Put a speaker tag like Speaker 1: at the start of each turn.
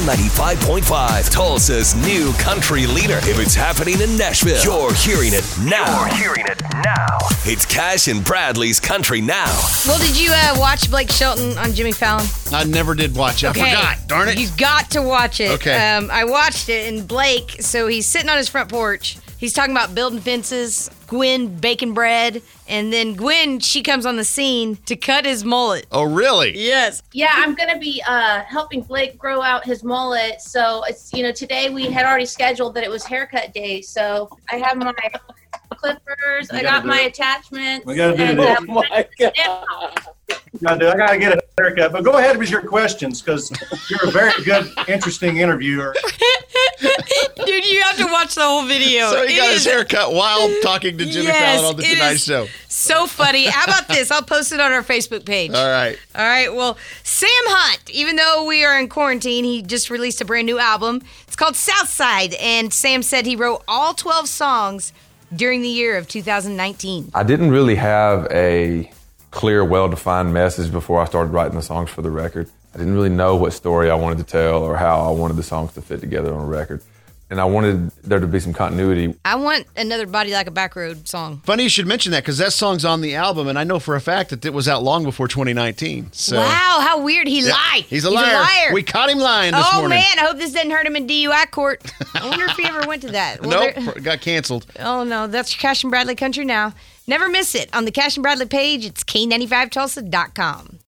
Speaker 1: K95.5, Tulsa's new country leader. If it's happening in Nashville, you're hearing it now.
Speaker 2: You're hearing it now.
Speaker 1: It's Cash and Bradley's Country Now.
Speaker 3: Well, did you uh, watch Blake Shelton on Jimmy Fallon?
Speaker 4: I never did watch it. I forgot. Darn it.
Speaker 3: You got to watch it.
Speaker 4: Okay.
Speaker 3: Um, I watched it, and Blake, so he's sitting on his front porch. He's talking about building fences, Gwen baking bread, and then Gwen, she comes on the scene to cut his mullet.
Speaker 4: oh, really?
Speaker 3: Yes.
Speaker 5: Yeah, I'm gonna be uh, helping Blake grow out his mullet. So it's you know today we had already scheduled that it was haircut day. So I have my clippers. I got my attachments.
Speaker 6: We gotta do
Speaker 5: and,
Speaker 6: this.
Speaker 5: uh,
Speaker 7: Oh my God.
Speaker 5: now.
Speaker 6: I do. I gotta get a haircut. But go ahead with your questions because you're a very good, interesting interviewer.
Speaker 3: Dude, you have to watch the whole video.
Speaker 4: So he
Speaker 3: It
Speaker 4: got his
Speaker 3: is
Speaker 4: haircut while talking to Jimmy
Speaker 3: Yes,
Speaker 4: Fallon on the
Speaker 3: it
Speaker 4: Tonight
Speaker 3: is-
Speaker 4: Show.
Speaker 3: so funny. How about this? I'll post it on our Facebook page.
Speaker 4: All right.
Speaker 3: All right. Well, Sam Hunt, even though we are in quarantine, he just released a brand new album. It's called Southside, and Sam said he wrote all 12 songs during the year of 2019.
Speaker 8: I didn't really have a clear, well defined message before I started writing the songs for the record. I didn't really know what story I wanted to tell or how I wanted the songs to fit together on a record. And I wanted there to be some continuity.
Speaker 3: I want another Body Like a Backroad song.
Speaker 4: Funny you should mention that because that song's on the album, and I know for a fact that it was out long before 2019. So
Speaker 3: wow, how weird. He
Speaker 4: Yeah.
Speaker 3: lied.
Speaker 4: He's a liar. We caught him lying this
Speaker 3: oh,
Speaker 4: morning.
Speaker 3: man. I hope this didn't hurt him in DUI court. I wonder if he ever went to that. Well, there-
Speaker 4: Nope, got canceled.
Speaker 3: Oh no, that's Cash and Bradley Country now. Never miss it on the Cash and Bradley page. It's K95Tulsa.com.